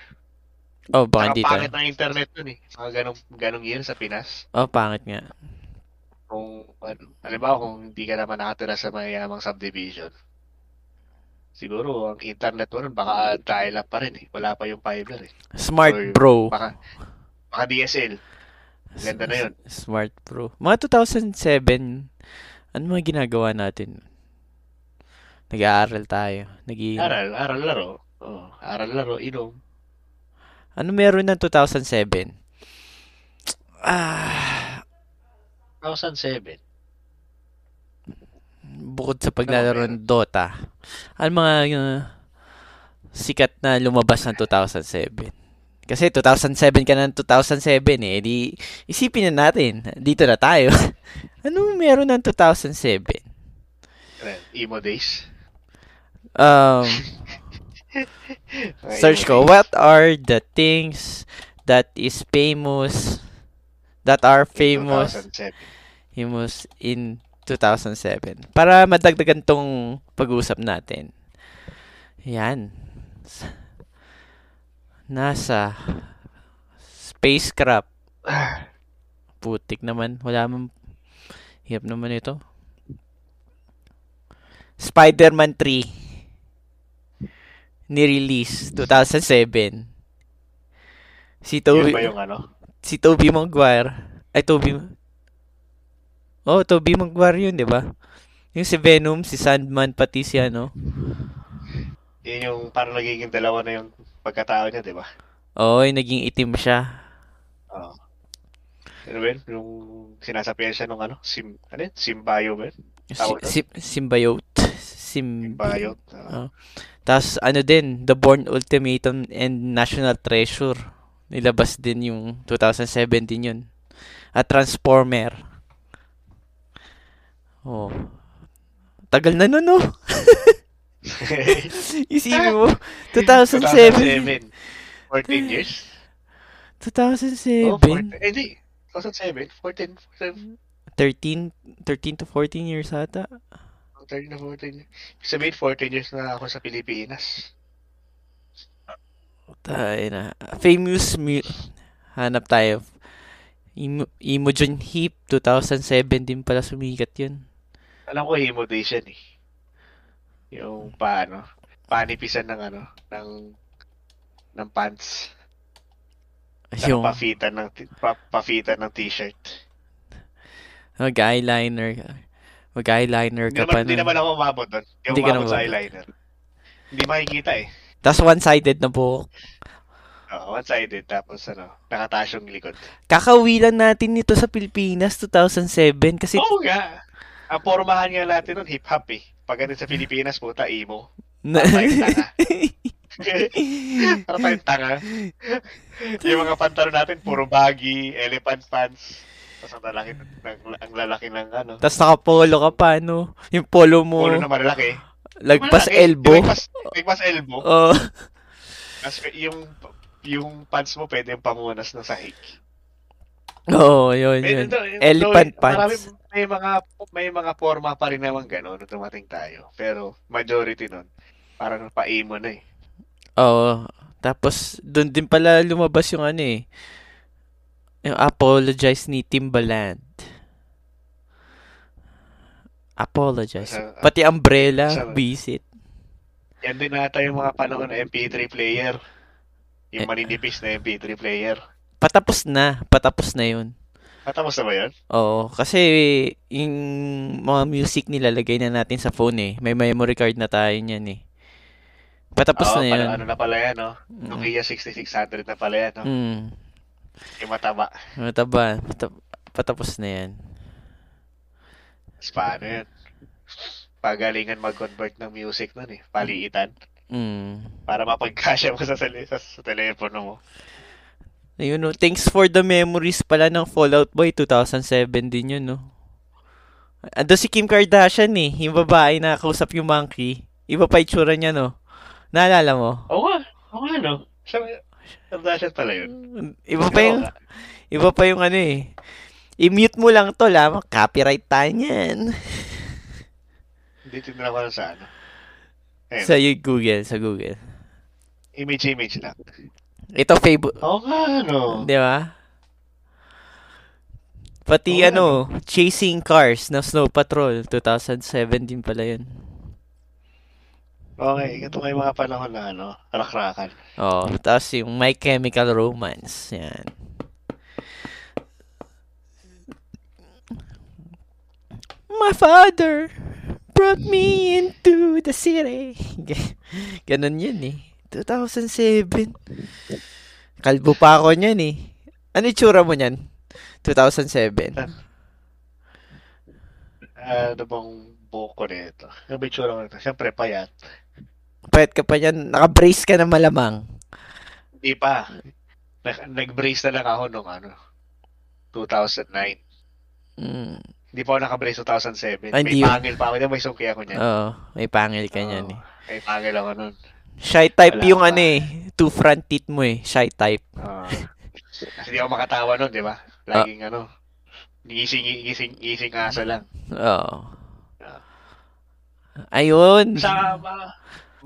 Speaker 1: Oh, baka
Speaker 2: Saka
Speaker 1: hindi
Speaker 2: pangit
Speaker 1: tayo.
Speaker 2: ng internet nun, eh. Mga ganong, ganong year sa Pinas.
Speaker 1: Oh, pangit nga.
Speaker 2: kung ano, halimbawa kung hindi ka naman nakatira sa mayamang subdivision, siguro ang internet mo nun baka dial up pa rin eh. Wala pa yung fiber eh.
Speaker 1: Smart
Speaker 2: Or-
Speaker 1: Bro.
Speaker 2: Baka, baka DSL. Ganda na yun.
Speaker 1: S- Smart Pro. Mga 2007, ano mga ginagawa natin? Nag-aaral tayo. Nag
Speaker 2: Aral, aral laro. Oh, aral laro, inom.
Speaker 1: Ano meron ng 2007? Ah,
Speaker 2: 2007.
Speaker 1: bukod sa paglalaro ng Dota. Ano mga uh, sikat na lumabas ng 2007? Kasi 2007 ka na ng 2007 eh. Di, isipin na natin. Dito na tayo. ano meron ng 2007?
Speaker 2: Ayan, Emo days.
Speaker 1: Um,
Speaker 2: Mga
Speaker 1: search
Speaker 2: emo
Speaker 1: ko,
Speaker 2: days.
Speaker 1: what are the things that is famous, that are famous,
Speaker 2: 2007.
Speaker 1: famous in 2007? Para madagdagan tong pag-uusap natin. Yan. S- NASA. Spacecraft. Putik naman. Wala man. Hirap naman ito. Spider-Man 3. Ni-release 2007. Si
Speaker 2: Yun
Speaker 1: Toby,
Speaker 2: ba yung ano?
Speaker 1: si Toby Maguire. Ay, Toby. Oh, Toby Maguire yun, di ba? Yung si Venom, si Sandman, pati si ano.
Speaker 2: Yun yung parang nagiging dalawa na yung pagkatao niya, di ba?
Speaker 1: Oo, yung naging itim siya.
Speaker 2: Oo. Ano ba yun? Yung sinasapian siya nung ano? Sim, ano yun? Simbayo ba yun?
Speaker 1: Si,
Speaker 2: Tawag na?
Speaker 1: si, symbiote. Sim,
Speaker 2: Simbayo. Ah.
Speaker 1: Tapos ano din, The Born Ultimatum and National Treasure. Nilabas din yung 2017 yun. At Transformer. Oh. Tagal na nun, no? Isipin mo, 2007.
Speaker 2: 2007. 14 years?
Speaker 1: 2007.
Speaker 2: Oh, 14. Eh, di. 2007. 14. 14.
Speaker 1: 13, 13 to 14 years ata.
Speaker 2: 13 na 14. Ibig Sabihin, 14 years na ako sa Pilipinas.
Speaker 1: Tayo na. Famous mu- Hanap tayo. Imo, Imogen Heap, 2007 din pala sumikat yun.
Speaker 2: Alam ko, himo days yan eh. Yung paano, panipisan ng ano, ng ng pants.
Speaker 1: Yung
Speaker 2: Yung... Pafitan ng, t- pa, pafitan ng t-shirt.
Speaker 1: mag-eyeliner. Mag-eyeliner
Speaker 2: Hindi
Speaker 1: ka pa.
Speaker 2: naman, hindi naman ako umabot doon. Hindi ako
Speaker 1: Hindi ka
Speaker 2: umabot sa
Speaker 1: naman.
Speaker 2: eyeliner. Hindi makikita eh.
Speaker 1: Tapos one-sided na buhok.
Speaker 2: Oo, one-sided. Tapos ano, nakataas yung likod.
Speaker 1: Kakauwi lang natin nito sa Pilipinas 2007 kasi
Speaker 2: Oo nga. Ang pormahan nga natin nun, hip-hop eh. Pag ganun sa Pilipinas, puta, emo.
Speaker 1: na,
Speaker 2: Para tayong tanga. Para tayong tanga. Yung mga pantalon natin, puro baggy, elephant pants. Tapos ang lalaki, ng, ang lalaki ng ano.
Speaker 1: Tapos nakapolo ka pa, no? Yung polo mo,
Speaker 2: Polo na malalaki.
Speaker 1: lagpas
Speaker 2: Malalaki.
Speaker 1: elbow.
Speaker 2: Yung Lagpas, lagpas elbow.
Speaker 1: Oh,
Speaker 2: Tapos yung, yung pants mo, pwede yung pangunas ng sahig.
Speaker 1: Oo, yun,
Speaker 2: Eh,
Speaker 1: yun.
Speaker 2: ito, ito,
Speaker 1: Elephant
Speaker 2: eh,
Speaker 1: pants.
Speaker 2: maraming- may mga may mga forma pa rin naman gano'n nung dumating tayo. Pero majority nun, parang paimo na eh.
Speaker 1: Oo. Tapos, doon din pala lumabas yung ano eh. Yung apologize ni Timbaland. Apologize.
Speaker 2: Sa-
Speaker 1: Pati umbrella,
Speaker 2: sa-
Speaker 1: visit.
Speaker 2: Yan din nata yung mga panahon na MP3 player. Yung
Speaker 1: Eh.
Speaker 2: maninipis na MP3 player.
Speaker 1: Patapos na. Patapos na yun.
Speaker 2: Matapos na ba yun?
Speaker 1: Oo. Kasi, yung mga music nilalagay na natin sa phone eh. May memory card na tayo niyan eh. Patapos
Speaker 2: Oo,
Speaker 1: na yun.
Speaker 2: parang ano na pala yan, no?
Speaker 1: Mm.
Speaker 2: Nokia 6600 na pala yan, no?
Speaker 1: Mm.
Speaker 2: Yung mataba.
Speaker 1: Mataba. Patap- patapos na yan.
Speaker 2: Tapos paano yun? Pagalingan mag-convert ng music nun eh. Paliitan.
Speaker 1: Mm.
Speaker 2: Para mapagkasya mo sa, sali- sa, sa telepono mo.
Speaker 1: Ayun, no. Thanks for the memories pala ng Fallout Boy 2007 din yun, no. Ando si Kim Kardashian eh, yung babae na kausap yung monkey. Iba pa itsura niya, no. Naalala mo?
Speaker 2: Oo nga. Oo nga, no? Siya, Kardashian pala yun.
Speaker 1: Iba pa yung,
Speaker 2: Oo nga.
Speaker 1: iba pa yung ano eh. I-mute mo lang to, la. Copyright tayo niyan.
Speaker 2: Hindi tinira ko lang sa ano. Ayun.
Speaker 1: Sa yung Google, sa Google.
Speaker 2: image, image lang.
Speaker 1: Ito favorite,
Speaker 2: Oo nga, no?
Speaker 1: di ba? Pati
Speaker 2: Oo,
Speaker 1: ano, Chasing Cars na Snow Patrol, 2007 din pala yun.
Speaker 2: Okay, ito may mga panahon na ano, rakrakan.
Speaker 1: Oh, tapos yung My Chemical Romance. Yan. My father brought me into the city. G- Ganun yun eh. 2007. Kalbo pa ako niyan eh. Ano itsura mo niyan? 2007.
Speaker 2: Ah, Ano bang buko nito? Ano ba itsura ko nito? Siyempre, payat.
Speaker 1: Payat ka pa niyan. Naka-brace ka na malamang.
Speaker 2: Hindi pa. Nag- Nag-brace na lang ako nung ano, 2009.
Speaker 1: Mm.
Speaker 2: Hindi pa ako naka-brace
Speaker 1: Ay,
Speaker 2: 2007. may
Speaker 1: Ah, hindi yun.
Speaker 2: pangil pa ako. niyan, May sungki ako niyan.
Speaker 1: Oo, may pangil ka niyan
Speaker 2: Oo,
Speaker 1: eh.
Speaker 2: May pangil ako nun.
Speaker 1: Shy type
Speaker 2: Wala
Speaker 1: yung
Speaker 2: pa.
Speaker 1: ano eh. Two front teeth mo eh. Shy type.
Speaker 2: Ah. Kasi hindi ako makatawa nun, di ba? Laging ano, gising, gising, gising aso lang.
Speaker 1: Oo.
Speaker 2: Ah.
Speaker 1: Ayun.
Speaker 2: Sa mga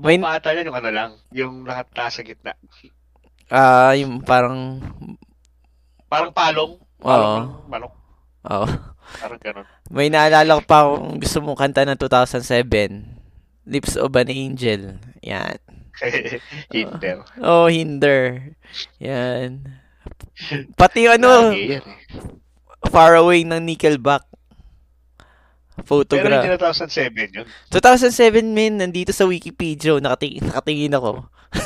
Speaker 1: May-
Speaker 2: buong bata yun, yung ano lang, yung nakataas sa gitna.
Speaker 1: Ah, yung parang
Speaker 2: Parang palong.
Speaker 1: Oo.
Speaker 2: Palong, ng manok.
Speaker 1: Oh.
Speaker 2: Parang ganun.
Speaker 1: May naalala ko pa kung gusto mong kanta ng 2007. Lips of an Angel. Yan.
Speaker 2: Hinder.
Speaker 1: Oh, Hinder. Yan. Pati yung ano,
Speaker 2: Lagi yan eh.
Speaker 1: Far Away ng Nickelback.
Speaker 2: Pero hindi
Speaker 1: Photograph.
Speaker 2: na 2007 yun.
Speaker 1: 2007, min, nandito sa Wikipedia. oh, Nakatingin, nakatingin ako.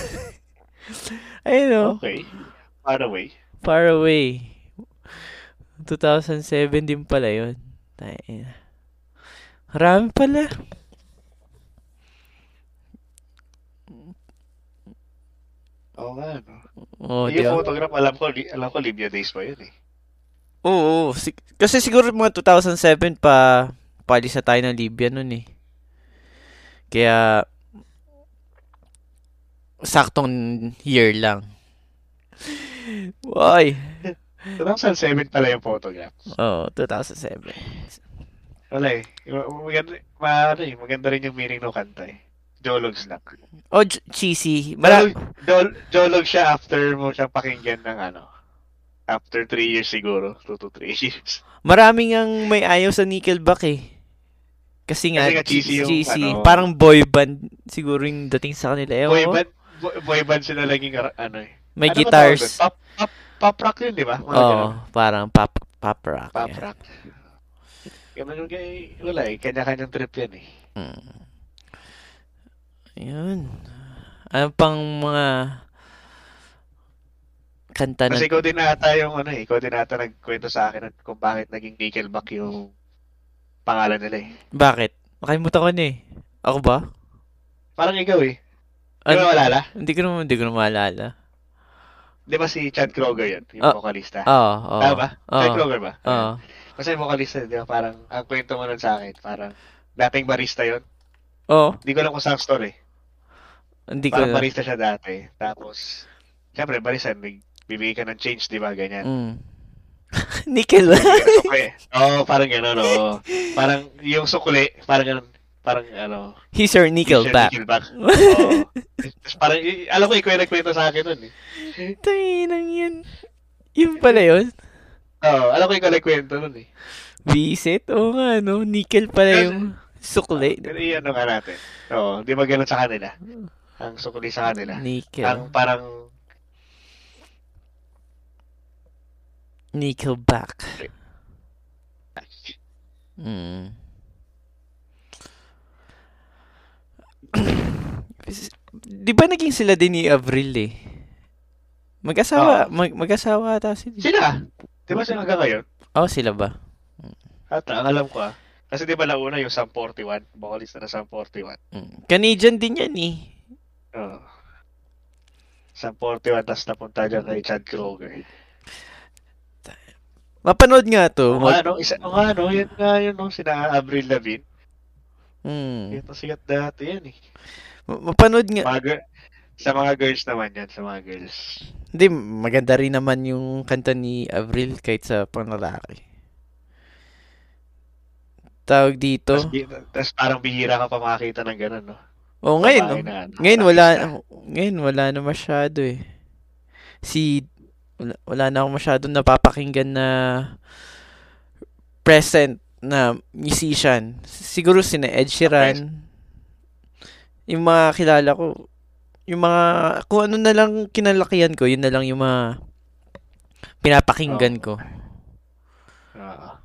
Speaker 1: Ayun, oh.
Speaker 2: Okay. By the way,
Speaker 1: Far Away. 2007 din pala yun. Tayo. Marami pala.
Speaker 2: Oo nga, no?
Speaker 1: Oo, Oh, di ba?
Speaker 2: yung photograph, alam ko, li- alam ko Libya Days pa yun eh.
Speaker 1: Oo, oo. Si- kasi siguro mga 2007 pa palis na tayo ng Libya nun eh. Kaya saktong year lang. Why?
Speaker 2: 2007 pala yung photograph.
Speaker 1: Oh, 2007.
Speaker 2: Wala eh. Yung- Maganda, ma- ano eh, maganda rin yung meaning ng kanta eh. Jologs lang.
Speaker 1: Oh, j- cheesy. Mara-
Speaker 2: Jolog, jol, jolog siya after mo siya pakinggan ng ano. After 3 years siguro. 2 to 3 years.
Speaker 1: Marami ngang may ayaw sa Nickelback eh. Kasi nga,
Speaker 2: Kasi nga cheesy yung, ano,
Speaker 1: Parang boy band siguro yung dating sa kanila. Ewan
Speaker 2: boy
Speaker 1: ko.
Speaker 2: band, boy, boy band sila laging ara- ano eh.
Speaker 1: Eh, May
Speaker 2: Ano ba
Speaker 1: guitars.
Speaker 2: tawag doon? Pop, pop, pop rock yun, di ba?
Speaker 1: Oo,
Speaker 2: Mga ganun.
Speaker 1: parang pop, pop rock.
Speaker 2: Pop
Speaker 1: yan.
Speaker 2: rock. Ganun yung kay, wala eh. Kanya-kanyang trip yan eh.
Speaker 1: Mm. Ayun. Ano pang mga kanta na...
Speaker 2: Kasi ikaw din ata yung ano eh. Ikaw din ata nagkwento sa akin kung bakit naging Nickelback yung pangalan nila eh.
Speaker 1: Bakit? Nakalimutan ko na eh. Ako ba?
Speaker 2: Parang ikaw eh. Di
Speaker 1: Ano-
Speaker 2: ba alala?
Speaker 1: Hindi ko naman, hindi ko naman maalala.
Speaker 2: Di ba si Chad Kroger yun? Yung
Speaker 1: Ah.
Speaker 2: vocalista.
Speaker 1: Oo, oo.
Speaker 2: Tama ba? Chad
Speaker 1: Oo.
Speaker 2: Kroger ba?
Speaker 1: Oo.
Speaker 2: Kasi vocalista, di ba? Parang, ang kwento mo nun sa akin, parang, dating barista yon
Speaker 1: Oo,
Speaker 2: Hindi ko alam kung saan store eh.
Speaker 1: hindi ko
Speaker 2: Parang
Speaker 1: na.
Speaker 2: barista siya dati. Tapos, syempre, barista, bibigay ka ng change, di ba? Ganyan.
Speaker 1: Mm. Nickel.
Speaker 2: Okay. Oo, parang gano'n, oo. Parang yung sukli, parang gano'n. Parang ano.
Speaker 1: He's your Nickelback.
Speaker 2: Nickelback. Oo. Tapos parang, y- alam ko, ikaw yung nagkwento sa akin nun eh.
Speaker 1: Tanginang yun. Yun pala yun.
Speaker 2: Oo, alam ko, ikaw nagkwento nun eh.
Speaker 1: Visit? Oo nga, no? Nickel pala yung sukli.
Speaker 2: Pero iyan ano nga natin. Oo, di ba gano'n sa kanila? Ang sukli sa kanila. Ang
Speaker 1: Nickel.
Speaker 2: parang,
Speaker 1: Nickelback. Mm. Di ba naging sila din ni Avril eh? Mag-asawa, mag- mag-asawa ata sila.
Speaker 2: sila. Di ba sila hanggang ngayon?
Speaker 1: Oh, sila ba?
Speaker 2: At ang alam ko ah. Kasi di ba nauna yung Sam 41? Vocalist na Sam 41.
Speaker 1: Mm. Canadian din yan eh.
Speaker 2: Oo. Sam 41, tapos napunta dyan kay Chad Kroger.
Speaker 1: Mapanood nga to.
Speaker 2: Oo nga,
Speaker 1: Mag-
Speaker 2: no? ano, Isa, oo nga, no? Yan nga, yun, no? Sina Avril Lavigne.
Speaker 1: mm.
Speaker 2: Yan ang sikat dati yan, eh.
Speaker 1: Ma- Mapanood nga.
Speaker 2: Mga gir- sa mga girls naman yan, sa mga girls.
Speaker 1: Hindi, maganda rin naman yung kanta ni Avril kahit sa panlalaki. Tawag dito.
Speaker 2: Tapos, bi- tapos parang bihira ka pa makakita ng ganun, no?
Speaker 1: Oo, ngayon. oh.
Speaker 2: Babae na, ano,
Speaker 1: Ngayon wala
Speaker 2: artista.
Speaker 1: ngayon wala na masyado eh. Si wala, wala na ako masyadong napapakinggan na present na musician. Siguro sina Ed Sheeran. Yung mga kilala ko, yung mga kung ano na lang kinalakihan ko, yun na lang yung mga pinapakinggan ko.
Speaker 2: Oo.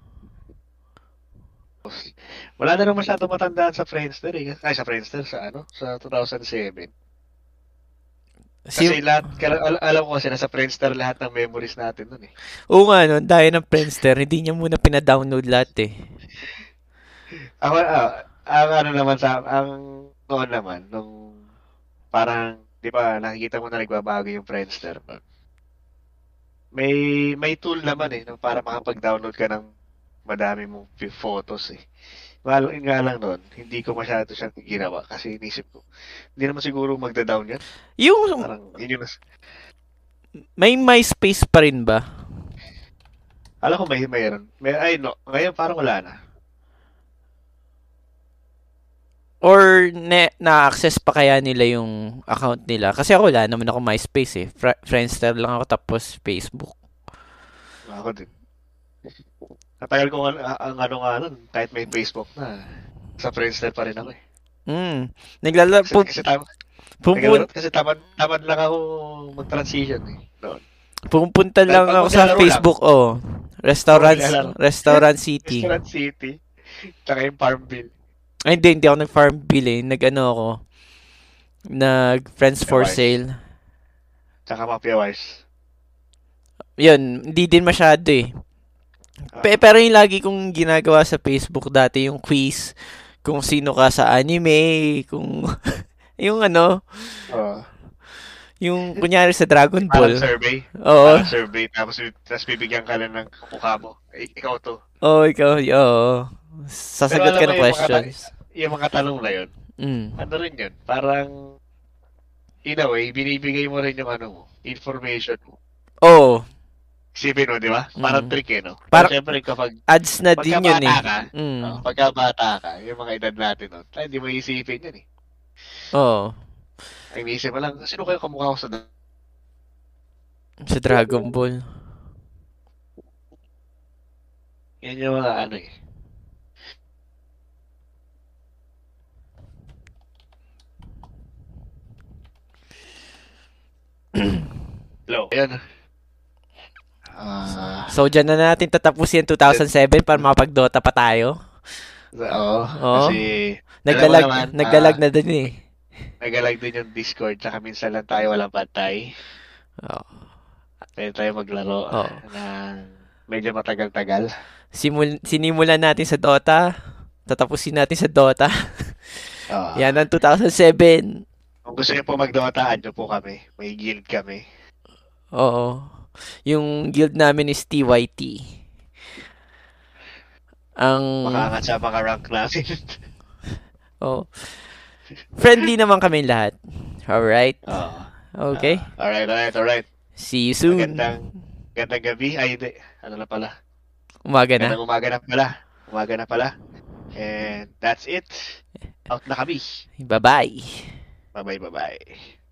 Speaker 2: Wala na rin masyado matandaan sa Friendster, eh. Ay, sa Friendster, sa ano? Sa 2007. Kasi
Speaker 1: Si,
Speaker 2: lahat, kala- al- alam ko kasi nasa Friendster lahat ng memories natin nun, eh.
Speaker 1: oo nga no, dahil ng Friendster, hindi niya muna pina-download lahat eh.
Speaker 2: Ako, ah, ang ano naman sa, ang noon naman, nung parang, di ba, nakikita mo na nagbabago yung Friendster. May, may tool naman eh, no, para makapag-download ka ng madami mong pi- photos eh. Well, yun nga lang noon, hindi ko masyado siyang ginawa kasi inisip ko, hindi naman siguro magda-down yan.
Speaker 1: Yung
Speaker 2: Parang, yun yung nas-
Speaker 1: may MySpace pa rin ba?
Speaker 2: alam ko may mayroon. May, ay no, ngayon parang wala na.
Speaker 1: Or na- na-access pa kaya nila yung account nila? Kasi ako wala naman ako MySpace eh. Fr- Friendster lang ako tapos Facebook.
Speaker 2: Ako din. Natagal ko ang, ang ano nga nun, kahit may Facebook na, sa Friendster pa rin ako eh.
Speaker 1: Mm. Naglala...
Speaker 2: Kasi,
Speaker 1: Pu-
Speaker 2: kasi, tama,
Speaker 1: pumupun-
Speaker 2: kasi tamad, tamad lang ako mag-transition eh. Noon.
Speaker 1: pumupunta lang
Speaker 2: Pag- pag
Speaker 1: ako sa
Speaker 2: naglalaro
Speaker 1: Facebook, oh. Restaurant,
Speaker 2: Pag naglalaro.
Speaker 1: Restaurant City.
Speaker 2: Restaurant City, tsaka yung Farmville.
Speaker 1: Ay, hindi, hindi ako nag-farm bill eh. Nag-ano ako. Nag-friends for
Speaker 2: Nice.
Speaker 1: sale.
Speaker 2: Tsaka Mafia Wars.
Speaker 1: Yun, hindi din masyado eh.
Speaker 2: Ah,
Speaker 1: Pe- pero yung lagi kong ginagawa sa Facebook dati, yung quiz, kung sino ka sa anime, kung... yung ano,
Speaker 2: Oo.
Speaker 1: Yung kunyari sa Dragon Ball.
Speaker 2: parang survey.
Speaker 1: Oo.
Speaker 2: Parang survey. Tapos, tapos bibigyan ka lang ng mukha mo. Eh, ikaw to.
Speaker 1: Oo, ikaw. Oo. Sasagot
Speaker 2: alam
Speaker 1: ka
Speaker 2: mo
Speaker 1: ng
Speaker 2: yung
Speaker 1: questions.
Speaker 2: Yung mga tanong na yun,
Speaker 1: Mm.
Speaker 2: ano rin yun? Parang, in a way, binibigay mo rin yung ano mo, information mo.
Speaker 1: Oo.
Speaker 2: Isipin mo, di ba?
Speaker 1: Mm.
Speaker 2: Parang trick eh, no?
Speaker 1: Parang-
Speaker 2: Parang, Siyempre, kapag
Speaker 1: Ads na din yun
Speaker 2: pagkabata
Speaker 1: eh.
Speaker 2: ka,
Speaker 1: Mm.
Speaker 2: oh, pagkabata ka, yung mga edad natin nun, ay, hindi mo iisipin yun eh.
Speaker 1: Oo.
Speaker 2: Ang iniisip mo lang, sino kayo kamukha ko sa dati?
Speaker 1: Sa Dragon Ball.
Speaker 2: Yan yung mga ano eh. Hello. Ayan. Ah,
Speaker 1: So, dyan na natin tatapusin yung 2007 para makapag-Dota pa tayo.
Speaker 2: oo.
Speaker 1: Oo.
Speaker 2: Kasi,
Speaker 1: Naglalag,
Speaker 2: naman,
Speaker 1: naglalag
Speaker 2: ah,
Speaker 1: na din eh.
Speaker 2: nagalag din yung Discord, tsaka minsan lang tayo walang pantay.
Speaker 1: Oo.
Speaker 2: Tayo tayo maglaro
Speaker 1: Oo.
Speaker 2: na medyo matagal-tagal.
Speaker 1: Simul- sinimulan natin sa Dota. Tatapusin natin sa Dota.
Speaker 2: Oo.
Speaker 1: Yan ang 2007.
Speaker 2: Kung gusto niyo po mag-Dota, ano po kami. May guild kami.
Speaker 1: Oo. Yung guild namin is TYT. Ang...
Speaker 2: Makaangat sa mga rank namin.
Speaker 1: Oh. Friendly naman kami lahat. Alright?
Speaker 2: Oo.
Speaker 1: Okay.
Speaker 2: alright, alright, alright.
Speaker 1: See you soon.
Speaker 2: Ah. Magandang Gandang gabi. Ay, hindi. Ano na pala?
Speaker 1: Umaga na.
Speaker 2: Gandang umaga na pala. Umaga na pala. And that's it. Out na kami.
Speaker 1: Bye-bye.
Speaker 2: Bye-bye, bye-bye.